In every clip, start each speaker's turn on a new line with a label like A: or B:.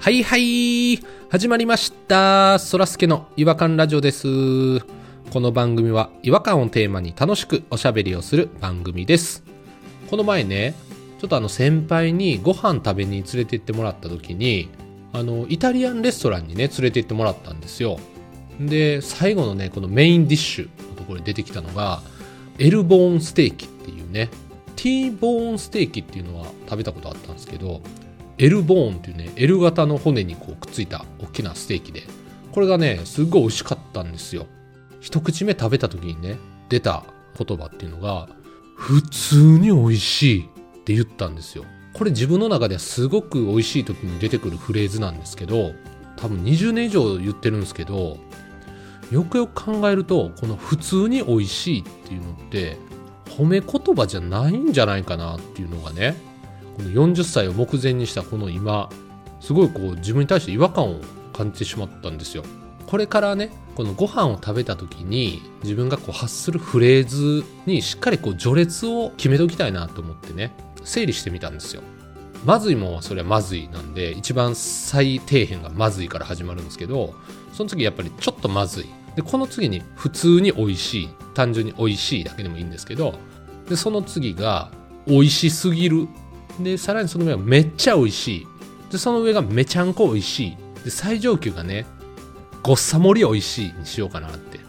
A: はいはい始まりましたそらすけの違和感ラジオですこの番組は違和感をテーマに楽しくおしゃべりをする番組ですこの前ねちょっとあの先輩にご飯食べに連れて行ってもらった時にあのイタリアンレストランにね連れて行ってもらったんですよで最後のねこのメインディッシュのところに出てきたのがエルボーンステーキっていうねティーボーンステーキっていうのは食べたことあったんですけどエルボーンっていうね L 型の骨にこうくっついた大きなステーキでこれがねすっごい美味しかったんですよ一口目食べた時にね出た言葉っていうのが普通に美味しいって言ったんですよこれ自分の中ではすごく美味しい時に出てくるフレーズなんですけど多分20年以上言ってるんですけどよくよく考えるとこの「普通に美味しい」っていうのって褒め言葉じゃないんじゃないかなっていうのがねこの40歳を目前にしたこの今すごいこう自分に対して違和感を感じてしまったんですよ。これからねこのご飯を食べた時に自分がこう発するフレーズにしっかりこう序列を決めておきたいなと思ってね整理してみたんですよ。まずいもんはそれはまずいなんで一番最底辺がまずいから始まるんですけどその次やっぱりちょっとまずいでこの次に普通に美味しい単純に美味しいだけでもいいんですけどでその次が美味しすぎるでさらにその上がめっちゃ美味しいでその上がめちゃんこ美味しいで最上級がねごっさ盛り美味しいにしようかなって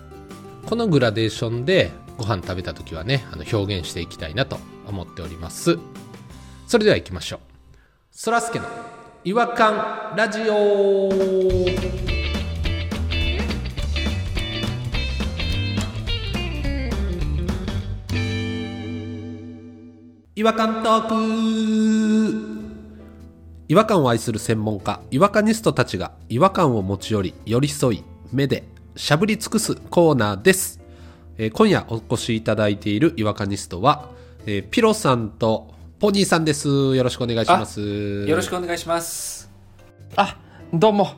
A: このグラデーションでご飯食べた時はねあの表現していきたいなと思っておりますそれでは行きましょうそらすけの違和感ラジオ違和感トーク違和感を愛する専門家違和感ニストたちが違和感を持ち寄り寄り添い目でしゃぶり尽くすコーナーです、えー今夜お越しいただいている違和感ニストは、えーピロさんとポニーさんですよろしくお願いします
B: よろしくお願いします。
C: あ、どうも。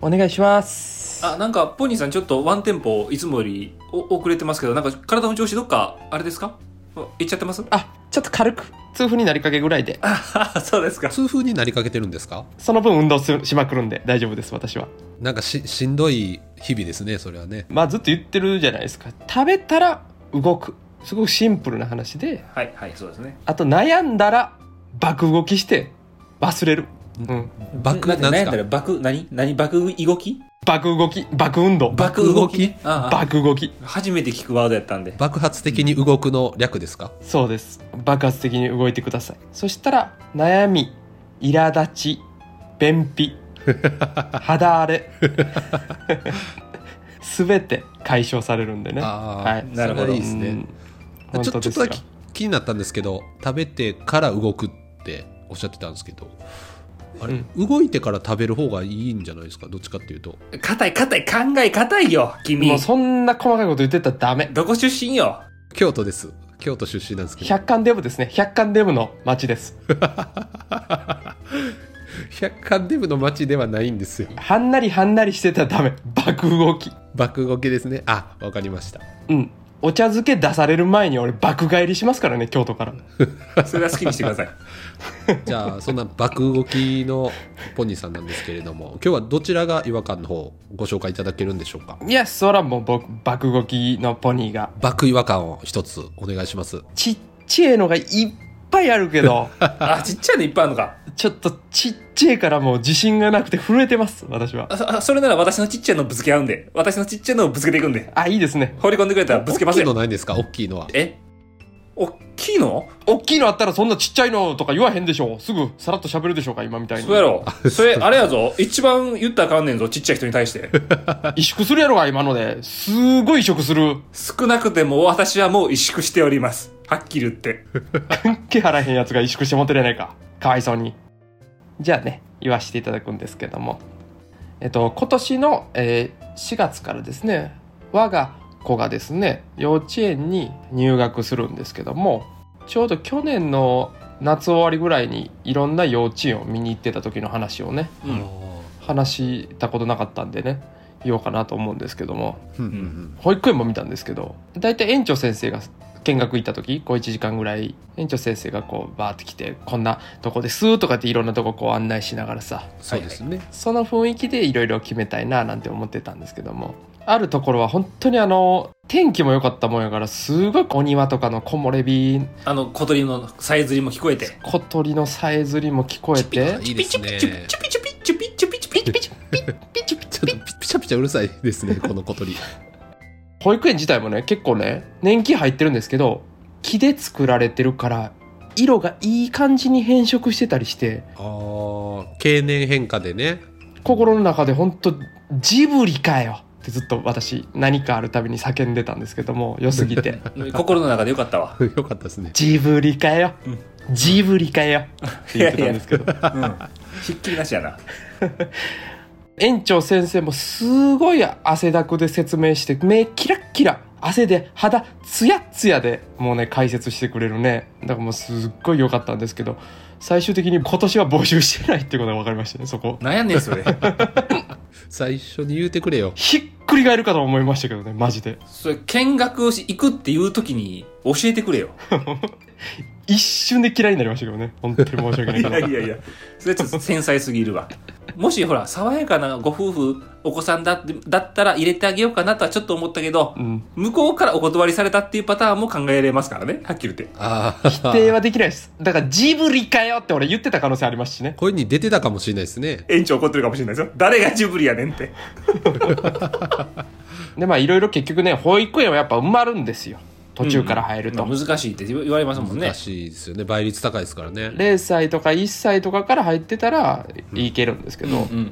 C: お願いします。
B: あ、なんか、ポニーさんちょっとワンテンポいつもよりお遅れてますけど、なんか体の調子どっか、あれですかおいっちゃってます
C: あ、ちょっと軽く、痛風になりかけぐらいで、
B: あ、そうですか。
A: 痛風になりかけてるんですか
C: その分運動すしまくるんで大丈夫です、私は。
A: なんかししんどい日々ですねそれはね
C: まあずっと言ってるじゃないですか。食べたら動く。すごくシンプルな話で、
B: はい、はい、そうですね。
C: あと悩んだら爆動きして忘れる。うん。
A: 爆なんですか
B: 爆、何何爆動き
C: 爆動き、爆運動。
B: 爆動きあ
C: 爆動き。
B: あ初めて聞くワードやったんで。
A: 爆発的に動くの略ですか
C: そうです。爆発的に動いてください。そしたら、悩み、苛立ち、便 秘、肌荒れ、すべて解消されるんでね。
A: ああ、
C: はい
A: な
B: な
A: る
B: る
A: ほど
B: ほど
A: いいですね
C: うん。
A: ちょ
C: 本当
A: ちょ
C: で
A: っと
C: す
A: だ
C: よ
A: け気になったんですけど食べてから動くっておっしゃってたんですけどあれ、動いてから食べる方がいいんじゃないですかどっちかっていうと
B: 硬い硬い、考え硬いよ、君
C: もう。そんな細かいこと言ってたらダメ。
B: どこ出身よ。
A: 京都です京都出身なんですけど
C: 百貫デブですね。百貫デブの町です。
A: 百貫デブの街ではないんですよ
C: はんなりはんなりしてたらダメ。爆動き。
A: 爆動きですねあわかりました
C: うん。お茶漬け出される前に俺爆帰りしますからね、京都から。
B: それは好きにしてください。
A: じゃあそんな爆動きのポニーさんなんですけれども今日はどちらが違和感の方をご紹介いただけるんでしょうか
C: いや、そらもう僕、爆動きのポニーが。
A: 爆違和感を一つお願いします
C: ちっちゃいのがいっぱいある けど、
B: あ、ちっちゃいのいっぱいあるのか。
C: ちょっとちっちゃいからもう自信がなくて震えてます、私は。
B: あそあ、それなら私のちっちゃいのぶつけ合うんで。私のちっちゃいのをぶつけていくんで。
C: あ、いいですね。
B: 放り込んでくれたらぶつけま
A: 大
B: せ
A: きいの
B: ん。
A: ないんですか大きいのは
B: えおっきいの
C: 大きいのあったらそんなちっちゃいのとか言わへんでしょ。すぐさらっと喋るでしょうか、今みたいに。
B: そうやろ。それ、あれやぞ。一番言ったらあかんねんぞ。ちっちゃい人に対して。
C: 萎縮するやろが、今ので。すごい萎縮する。
B: 少なくても私はもう萎縮しております。はっきり言って。
C: 関係あらへんやつが萎縮してもてるやないか。かわいそうに。じゃあね、言わせていただくんですけども。えっと、今年の、えー4月からですね、我が子がですね、幼稚園に入学するんですけども、ちょうど去年の夏終わりぐらいにいろんな幼稚園を見に行ってた時の話をね、
B: う
A: あ
B: ん。
A: ー
C: 話したことなかったんでね、言おうかなと思うんですけども、
A: うんうんうん
C: 保育園も見たんですけど大体園長先生が見学行った時こう1時間ぐらい園長先生がこうバーって来てこんなとこですとかっていろんなとここう案内しながらさ
A: そうですね。
C: その雰囲気でいろいろ決めたいななんて思ってたんですけどもあるところは本当にあの天気も良かったもんやからすごいお庭とかの木漏れ日
B: あの小鳥のさえずりも聞こえて
C: 小鳥のさえずりも聞こえて
A: いいですね。
B: チュピチュピチュピチュピチュピチュピチュピチュピ
C: ピチピ
A: ち
C: チ
A: ょっとピチャピチャうるさいですね、この小鳥。
C: 保育園自体もね結構ね年季入ってるんですけど木で作られてるから色がいい感じに変色してたりして
A: ああ、経年変化でね。
C: 心の中で本当ジブリかよってずっと私何かあるたびに叫んでたんですけども良す ぎて
B: チュ心の中でよかったわ
A: よかったですね。
C: ジブリかよ
B: うん
C: ジブリかよって言ってたんですけど
B: うんひっきりなしやな
C: 園長先生もすごい汗だくで説明して目キラッキラ汗で肌ツヤッツヤでもうね解説してくれるねだからもうすっごい良かったんですけど最終的に今年は募集してないってことが分かりましたねそこ
B: なんやねんそれ
A: 最初に言うてくれよ。
C: ひっくり返るかと思いましたけどねマジで
B: それ見学をし行くっていう時に教えてくれよ
C: 一瞬で嫌いになりましたけどね本当に申し訳ない
B: い
C: けど
B: やいやいやそれちょっと繊細すぎるわもしほら爽やかなご夫婦お子さんだってだったら入れてあげようかなとはちょっと思ったけど
C: うん
B: 向こうからお断りされたっていうパターンも考えられますからねはっきり言って
A: ああ、否
C: 否定はできないですだからジブリかよって俺言ってた可能性ありますしね
A: 声に出てたかもしれないですね。
B: 園長怒ってるかもしれないですよ誰がジブリやねんって
C: でまあいろいろ結局ね保育園はやっぱ埋まるんですよ途中から入ると、
B: まあ難しいって言われますもんね
A: 難しいですよね。倍率高いですからね。
C: 0歳とか1歳とかから入ってたらいけるんですけ
B: うんうん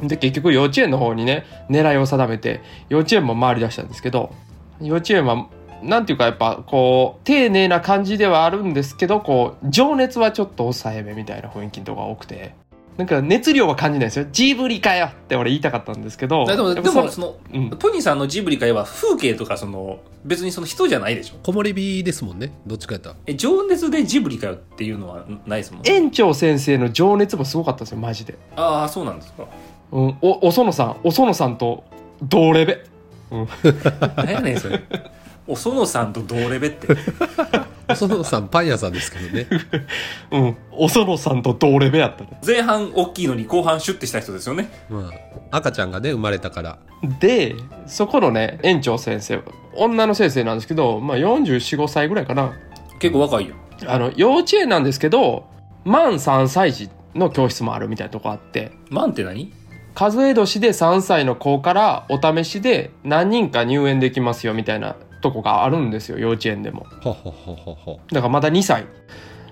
C: ど、
B: うん
C: で結局幼稚園の方にね狙いを定めて幼稚園も回り出したんですけど幼稚園はなんていうかやっぱこう丁寧な感じではあるんですけどこう情熱はちょっと抑えめみたいな雰囲気のとこが多くてなんか熱量は感じないですよジブリかよって俺言いたかったんですけど
B: うんでも
C: やっ
B: で
C: ぱそ
B: も
C: の
B: その
C: うん
B: トニーさんのジブリ界は風景とかその別にその人じゃないでしょ
A: 木漏れ日ですもんね。どっちかやったら。
B: え情熱でジブリかよっていうのはないですもん
C: 園長先生の情熱もすごかったんですよマジで、
B: ああそうなんですか
C: うん、おお園さんお園さんと同レベ
B: 何やねんそれお園さんと同レベって
A: 細野さん、パン屋さんですけどね。
C: うんお園さんと同レベやったね
B: 前半大きいのに後半シュッてした人ですよね
A: まあ、赤ちゃんがね、生まれたから。
C: でそこのね園長先生女の先生なんですけど、まあ、445歳ぐらいかな
B: 結構若いよ
C: あの幼稚園なんですけど満3歳児の教室もあるみたいなとこあって
B: マンって何
C: 数え年で3歳の子からお試しで何人か入園できますよみたいなとこがあるんですよ幼稚園でも
A: ほほほほほ。
C: だからまだ2歳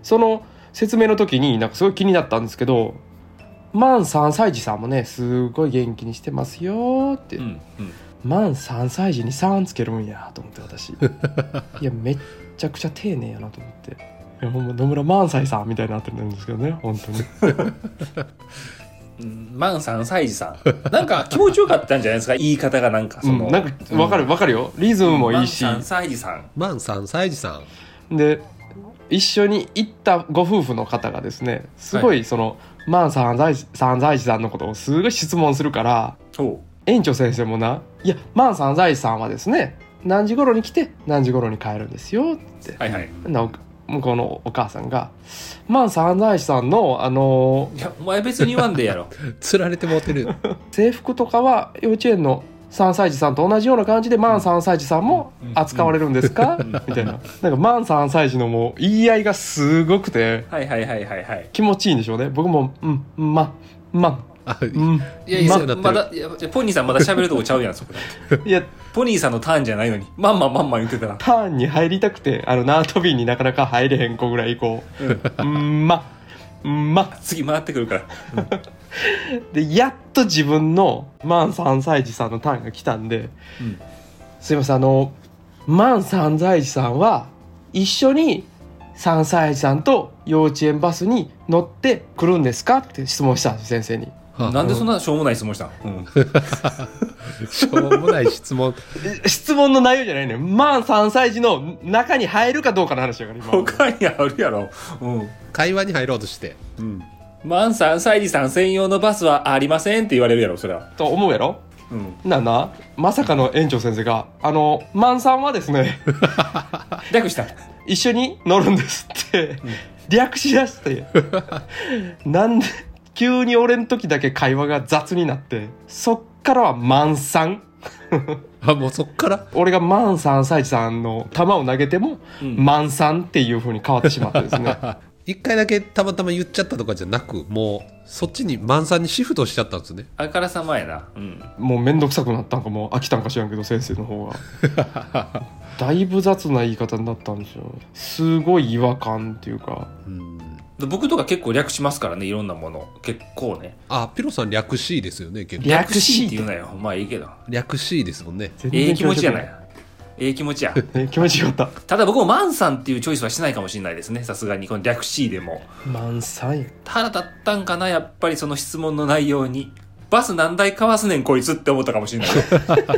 C: その説明の時になんかすごい気になったんですけど満3歳児さんもねすごい元気にしてますよって、
B: うんうん
C: 満3歳児に「3」つけるんやと思って私いやめっちゃくちゃ丁寧やなと思っていやほんま野村萬斎さんみたいになってるんですけどね本当に
B: うんマンさん、サイジさん。なんか気持ちよかったんじゃないです か言い方がなんかその。
C: うん、なんか分かる分かるよリズムもいいし、
B: マンさん、サイジさん。
A: 万三歳児さん。
C: で一緒に行ったご夫婦の方がですねすごいその萬斎、三歳児さんのことをすごい質問するから
B: ほ
C: 園長先生もな「いや萬斎さんはですね何時頃に来て何時頃に帰るんですよ」って
B: う。はいはい。
C: なお向こうのお母さんが「万さん安西さんの、あの
B: いや、お前別に言わんでええやろ。
A: 釣られてもうてる。
C: 制服とかは幼稚園の3歳児さんと同じような感じで万3歳児さんも扱われるんですか?」みたいななんか万3歳児のもう言い合いがすごくて
B: はいはいはいはいはい。
C: 気持ちいいんでしょうね僕も「うんまま
A: あ、
C: うん
B: いやい
A: ま
B: や、
A: だなってる
B: まだ、いやポニーさんまだ喋るとこちゃうやん、そ こだ
C: いや
B: ポニーさんのターンじゃないのに、まんまんまんまん言ってたら。
C: ターンに入りたくてあの縄跳びになかなか入れへん子ぐらいこう「うんまま」
B: 次回ってくるから。
C: でやっと自分の万3歳児さんのターンが来たんで
B: うん。
C: すいませんあの万三歳児さんは一緒に三歳児さんと幼稚園バスに乗ってくるんですかって質問したんです先生に
B: なんでそんなしょうもない質問したの、
A: しょうもない質問。
C: え質問の内容じゃないのよ万三歳児の中に入るかどうかの話だから今
B: 他にあるやろ。うん。
A: 会話に入ろうとして。
B: うん。マンさん、サイジさん専用のバスはありませんって言われるやろ、それは。
C: と思うやろ
B: うん、
C: なあなまさかの園長先生が「あのマンさんはで すね
B: 略した
C: 一緒に乗るんです」って
B: ん
C: 略しだして なんで急に俺の時だけ会話が雑になってそっからは「マンさん」
A: あもうそっから
C: 俺が「マンさんサイチさん」の球を投げても「
B: うん
C: マンさん」っていう風に変わってしまってで すね
A: 一回だけたまたま言っちゃったとかじゃなくもうそっちに満さんにシフトしちゃったんですね
B: あからさまやな、うん、
C: もう面倒くさくなったんかもう飽きたんか知らんけど先生の方が だいぶ雑な言い方になったんですよすごい違和感っていうか
A: うん
B: で僕とか結構略しますからねいろんなもの結構ね
A: あピロさん略 C ですよね結構
C: 略し
B: しって言うなよまあいいけど
A: 略 C ですもんね
C: 全然
B: ええ気持ちやな
C: 気持
B: いええ気持ちや
C: ちよ ね気持ちよかった
B: ただ僕もマンさんっていうチョイスはしないかもしれないですねさすがにこの略しでも
C: 満載
B: 腹立ったんかなやっぱりその質問の内容にバス何台かわすねんこいつって思ったかもしれな い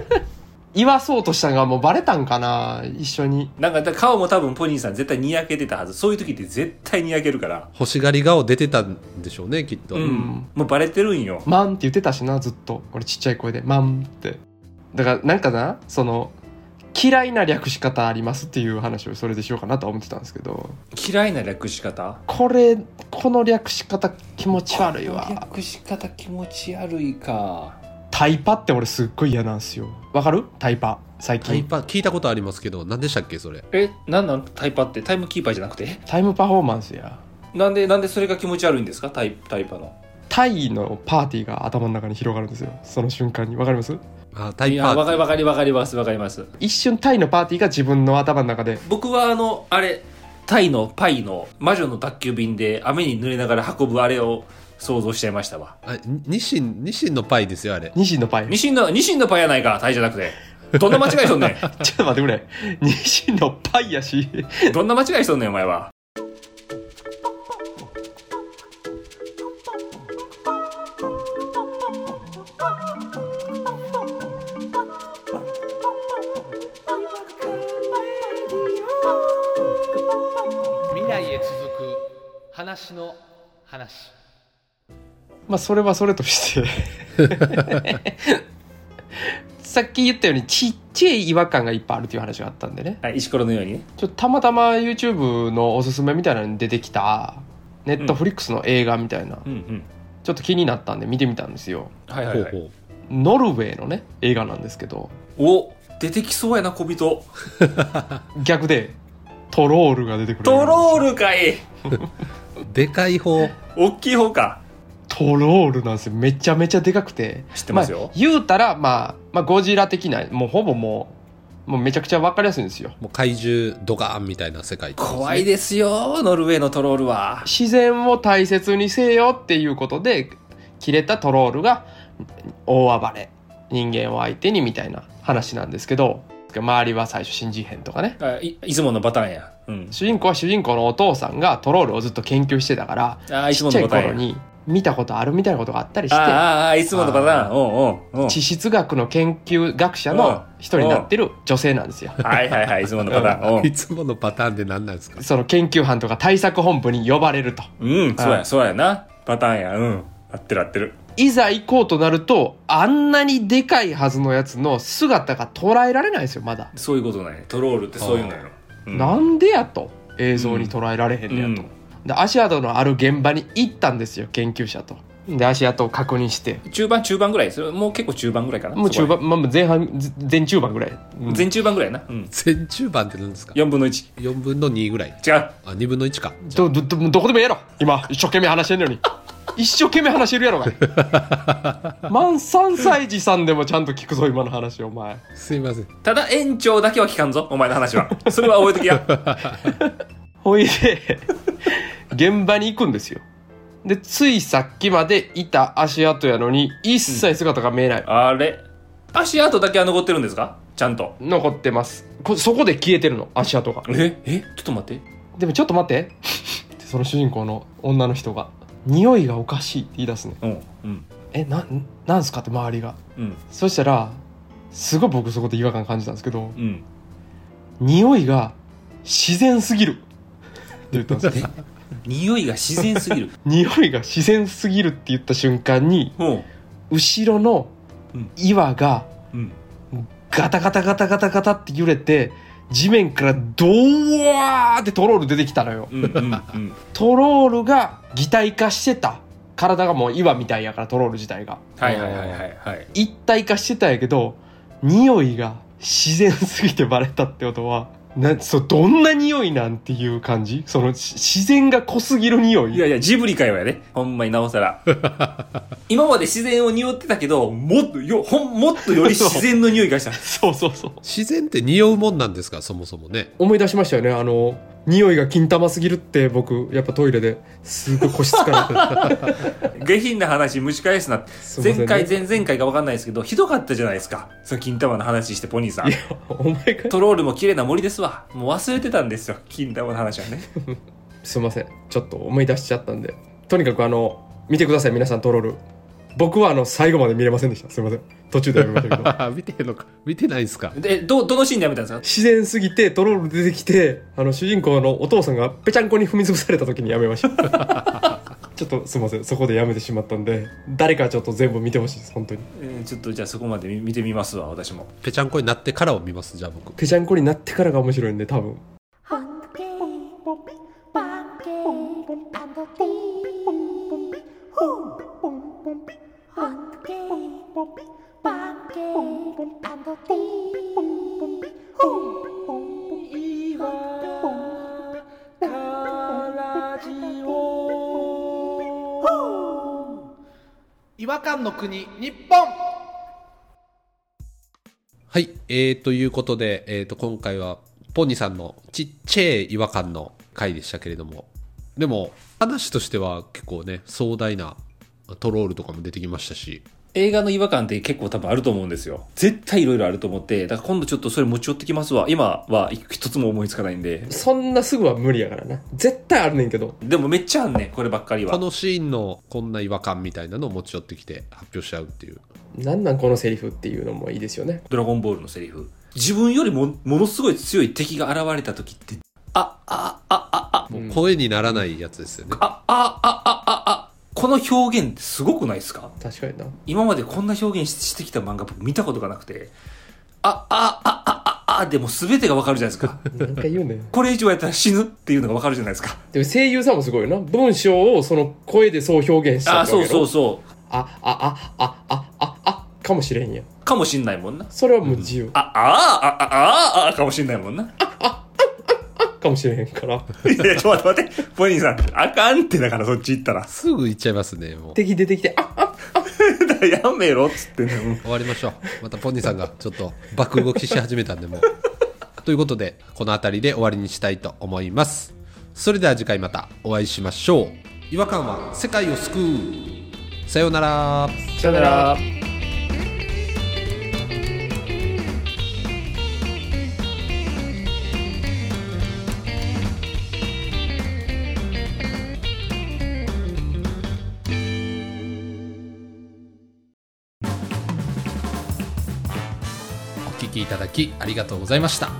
C: 言わそうとしたのがもうバレたんかな一緒に
B: なんかだから顔も多分ポニーさん絶対にやけてたはずそういう時って絶対にやけるから
A: 欲しがり顔出てたんでしょうねきっと、
B: うん、もうバレてるんよ
C: 「マン」って言ってたしなずっと俺ちっちゃい声で「マン」ってだからなんかなその嫌いな略し方ありますっていう話をそれでしようかなとは思ってたんですけど
B: 嫌いな略し方
C: これこの略し方気持ち悪いわ
B: 略し方気持ち悪いか
C: タイパって俺すっごい嫌なんですよわかるタイパ最
A: タイ
C: 近
A: パ聞いたことありますけど何でしたっけそれ
B: えなんなんタイパってタイムキーパーじゃなくて
C: タイムパフォーマンスや
B: なんでなんでそれが気持ち悪いんですかタイタイパの
C: タイのパーティーが頭の中に広がるんですよその瞬間にわかります
A: あタ
B: い
A: イ
B: や
A: パ
B: わか
A: ー
B: りわかりわかりますわかります
C: 一瞬タイのパーティーが自分の頭の中で
B: 僕はあのあれタイのパイの魔女の宅急便で雨に濡れながら運ぶあれを想像しちゃいましたわ
A: あにニシンニシンのパイですよあれ
C: ニシンのパイ
B: ニシンのニシンのパイやないかタイじゃなくてどんな間違いしとんね
C: ちょっと待ってくれ。ニシンのパイやし。
B: んどんな間違いしとんねんお前は
D: 未来へ続く話の話
C: まあ、それはそれとして。 さっき言ったようにちっちゃい違和感がいっぱいあるっていう話があったんでね
B: はい石ころのようにね
C: ちょっとたまたま YouTube のおすすめみたいなのに出てきた Netflix の映画みたいな、
B: うんうん
C: ちょっと気になったんで見てみたんですよ
B: はいは
A: ほ
B: いうはい
A: ほう
C: ノルウェーのね映画なんですけど
B: お出てきそうやな小人
C: 逆でトロールが出てくる
B: トロー
C: ル
B: ルかい
A: でかい方
B: 大きい方か
C: トロールなんですよめちゃめちゃでかくて
B: 知ってますよ
C: あ、言うたら、まあ、まあゴジラ的なもうほぼもうもうめちゃくちゃ分かりやすいんですよ
A: もう怪獣ドガーンみたいな世界
B: 怖いですよノルウェーのトロールは
C: 自然を大切にせよっていうことで切れたトロールが大暴れ人間を相手にみたいな話なんですけど周りは最初信じへんとかね
B: あいいつものパターンやうん
C: 主人公は主人公のお父さんがトロールをずっと研究してたから
B: あーいつ
C: ちっ
B: も
C: ちゃ
B: の
C: い
B: パターンや
C: 頃に見たことあるみたいなことがあったりし
B: あ
C: て
B: あああいつものパターンうんうんうん
C: 地質学の研究学者の人になってる女性なんですよ。
B: はいはいはいいつものパタ ーン
A: いつものパターンで何なんですか
C: その研究班とか対策本部に呼ばれると。
B: うんうんそうやそうやなパターンやうん合ってる合ってる
C: いざ行こうとなると、あんなにでかいはずのやつの姿が捉えられないんですよ、まだ。
B: そういうことなんやトロールってそういうのようん
C: なんでやと。映像に捉えられへんねやと。で、足跡のある現場に行ったんですよ、研究者と。で、足跡を確認して。
B: うん中盤中盤ぐらいですよもう結構中盤ぐらいかな
C: もう中
B: そこ
C: 盤、まあ、前半、ぜ前中盤ぐらい。
B: らへん全中盤ぐらいやなうん
A: 全中盤って何ですか
B: 4分の1
A: 4分の2ぐらい
B: 違う
A: あ2分の1か
C: ど、ど、ど、どこでもええやろ今、一生懸命話してん のに。一生懸命話してるやろが。 満三歳児さんでもちゃんと聞くぞ、今の話、お前。
A: すいません
B: ただ園長だけは聞かんぞお前の話 はそれは覚えときや
C: ほいで、現場に行くんですよ。で、ついさっきまでいた足跡やのに、一切姿が見えない。
B: あれ足跡だけは残ってるんですかちゃんと
C: 残ってますこ。そこで消えてるの、足跡が。
B: ええちょっと待って
C: でもちょっと待って。でその主人公の女の人が、匂いがおかしいって言い出すね。
B: うんうん
C: え、な、なんすかって周りが。
B: うん
C: そしたら、すごい僕そこで違和感感じたんですけど、
B: うん
C: 匂いが自然すぎる。って言ったんですよ。
B: 匂いが自然すぎる
C: 匂いが自然すぎるって言った瞬間に、
B: うん
C: 後ろの
B: うん
C: 岩が
B: うん
C: ガタガタガタガタガタって揺れて地面からドワーってトロール出てきたのよ
B: うんうんうん
C: トロールが擬態化してた体がもう岩みたいやからトロール自体が
B: はいはいはいはいはい
C: 一体化してたんやけど匂いが自然すぎてバレたってことはなそうどんな匂いなんていう感じそのし自然が濃すぎる匂い
B: いやいやジブリ界はやねほんまになおさら今まで自然を匂ってたけどもっとよほんもっとより自然の匂いがした
C: そうそうそう
A: 自然って匂うもんなんですかそもそもね
C: 思い出しましたよねあの匂いが金玉すぎるって僕やっぱトイレですごい個室から
B: 下品な話蒸し返すな
C: すいませんね
B: 前回前々回か分かんないですけどひどかったじゃないですかその金玉の話してポニーさん
C: お前が
B: トロールも綺麗な森ですわもう忘れてたんですよ金玉の話はね
C: すいませんちょっと思い出しちゃったんでとにかくあの見てください皆さんトロール僕はあの最後まで見れませんでしたすいません途中でやめましたけ ど
A: 見てんのか見てないんすか
B: でどどのシーンでやめたんですか
C: 自然すぎてトロール出てきてあの主人公のお父さんがぺちゃんこに踏み潰された時にやめました ちょっとすいませんそこでやめてしまったんで誰かちょっと全部見てほしいです本当に
B: えーちょっとじゃあそこまで見見てみますわ私も
A: ぺちゃんこになってからを見ますじゃあ僕
C: ぺちゃんこになってからが面白いんで多分
E: Hunky,
D: 違和感の国日本
A: はい、えー、ということで、えー、と今回はポニーさんのちっちゃい違和感の回でしたけれどもでも話としては結構ね壮大なトロールとかも出てきましたし
B: 映画の違和感って結構多分あると思うんですよ絶対いろいろあると思ってだから今度ちょっとそれ持ち寄ってきますわ今は一つも思いつかないんで
C: そんなすぐは無理やからな絶対あるねんけど
B: でもめっちゃあんねんこればっかり
A: こ
B: は
A: のシーンのこんな違和感みたいなのを持ち寄ってきて発表しちゃうっていう
C: なんなんこのセリフっていうのもいいですよね
B: ドラゴンボールのセリフ自分よりもものすごい強い敵が現れた時ってあああああ
A: もう声にならないやつですよね、
B: あ、あ、あ、あ、あ、あ、この表現ってすごくないですか
C: 確かにな
B: 今までこんな表現ししてきた漫画僕見たことがなくて、あ、あ、あ、あ、あ、あ、でも全てがわかるじゃないですか。
C: なんか言うね
B: これ以上やったら死ぬっていうのがわかるじゃないですか。
C: でも声優さんもすごいよな文章をその声でそう表現した
B: あ、そうそううそ
C: あああああああかもしれんやん
B: う。かもしんないもんな。
C: それはもう自由、
B: あ、あ、あ、あ、あ、あ、かもしんないもんな。
C: かもしれへんから
B: いや、ちょっと待って待って。ポニーさん、あかんってだからそっち行ったら。
A: すぐ行っちゃいますねもう
C: 敵出てきてああ
B: やめろっつってんの
A: 終わりましょうまたポニーさんがちょっと爆動きし始めたんでもうということでこの辺りで終わりにしたいと思いますそれでは次回またお会いしましょう違和感は世界を救うさようなら
C: さよなら
A: お聞きいただきありがとうございました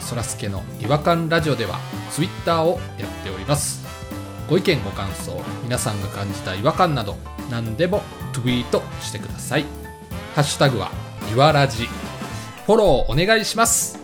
A: そらすけの違和感ラジオではツイッターをやっておりますご意見ご感想皆さんが感じた違和感など何でもツイートしてくださいハッシュタグはいわらじフォローお願いします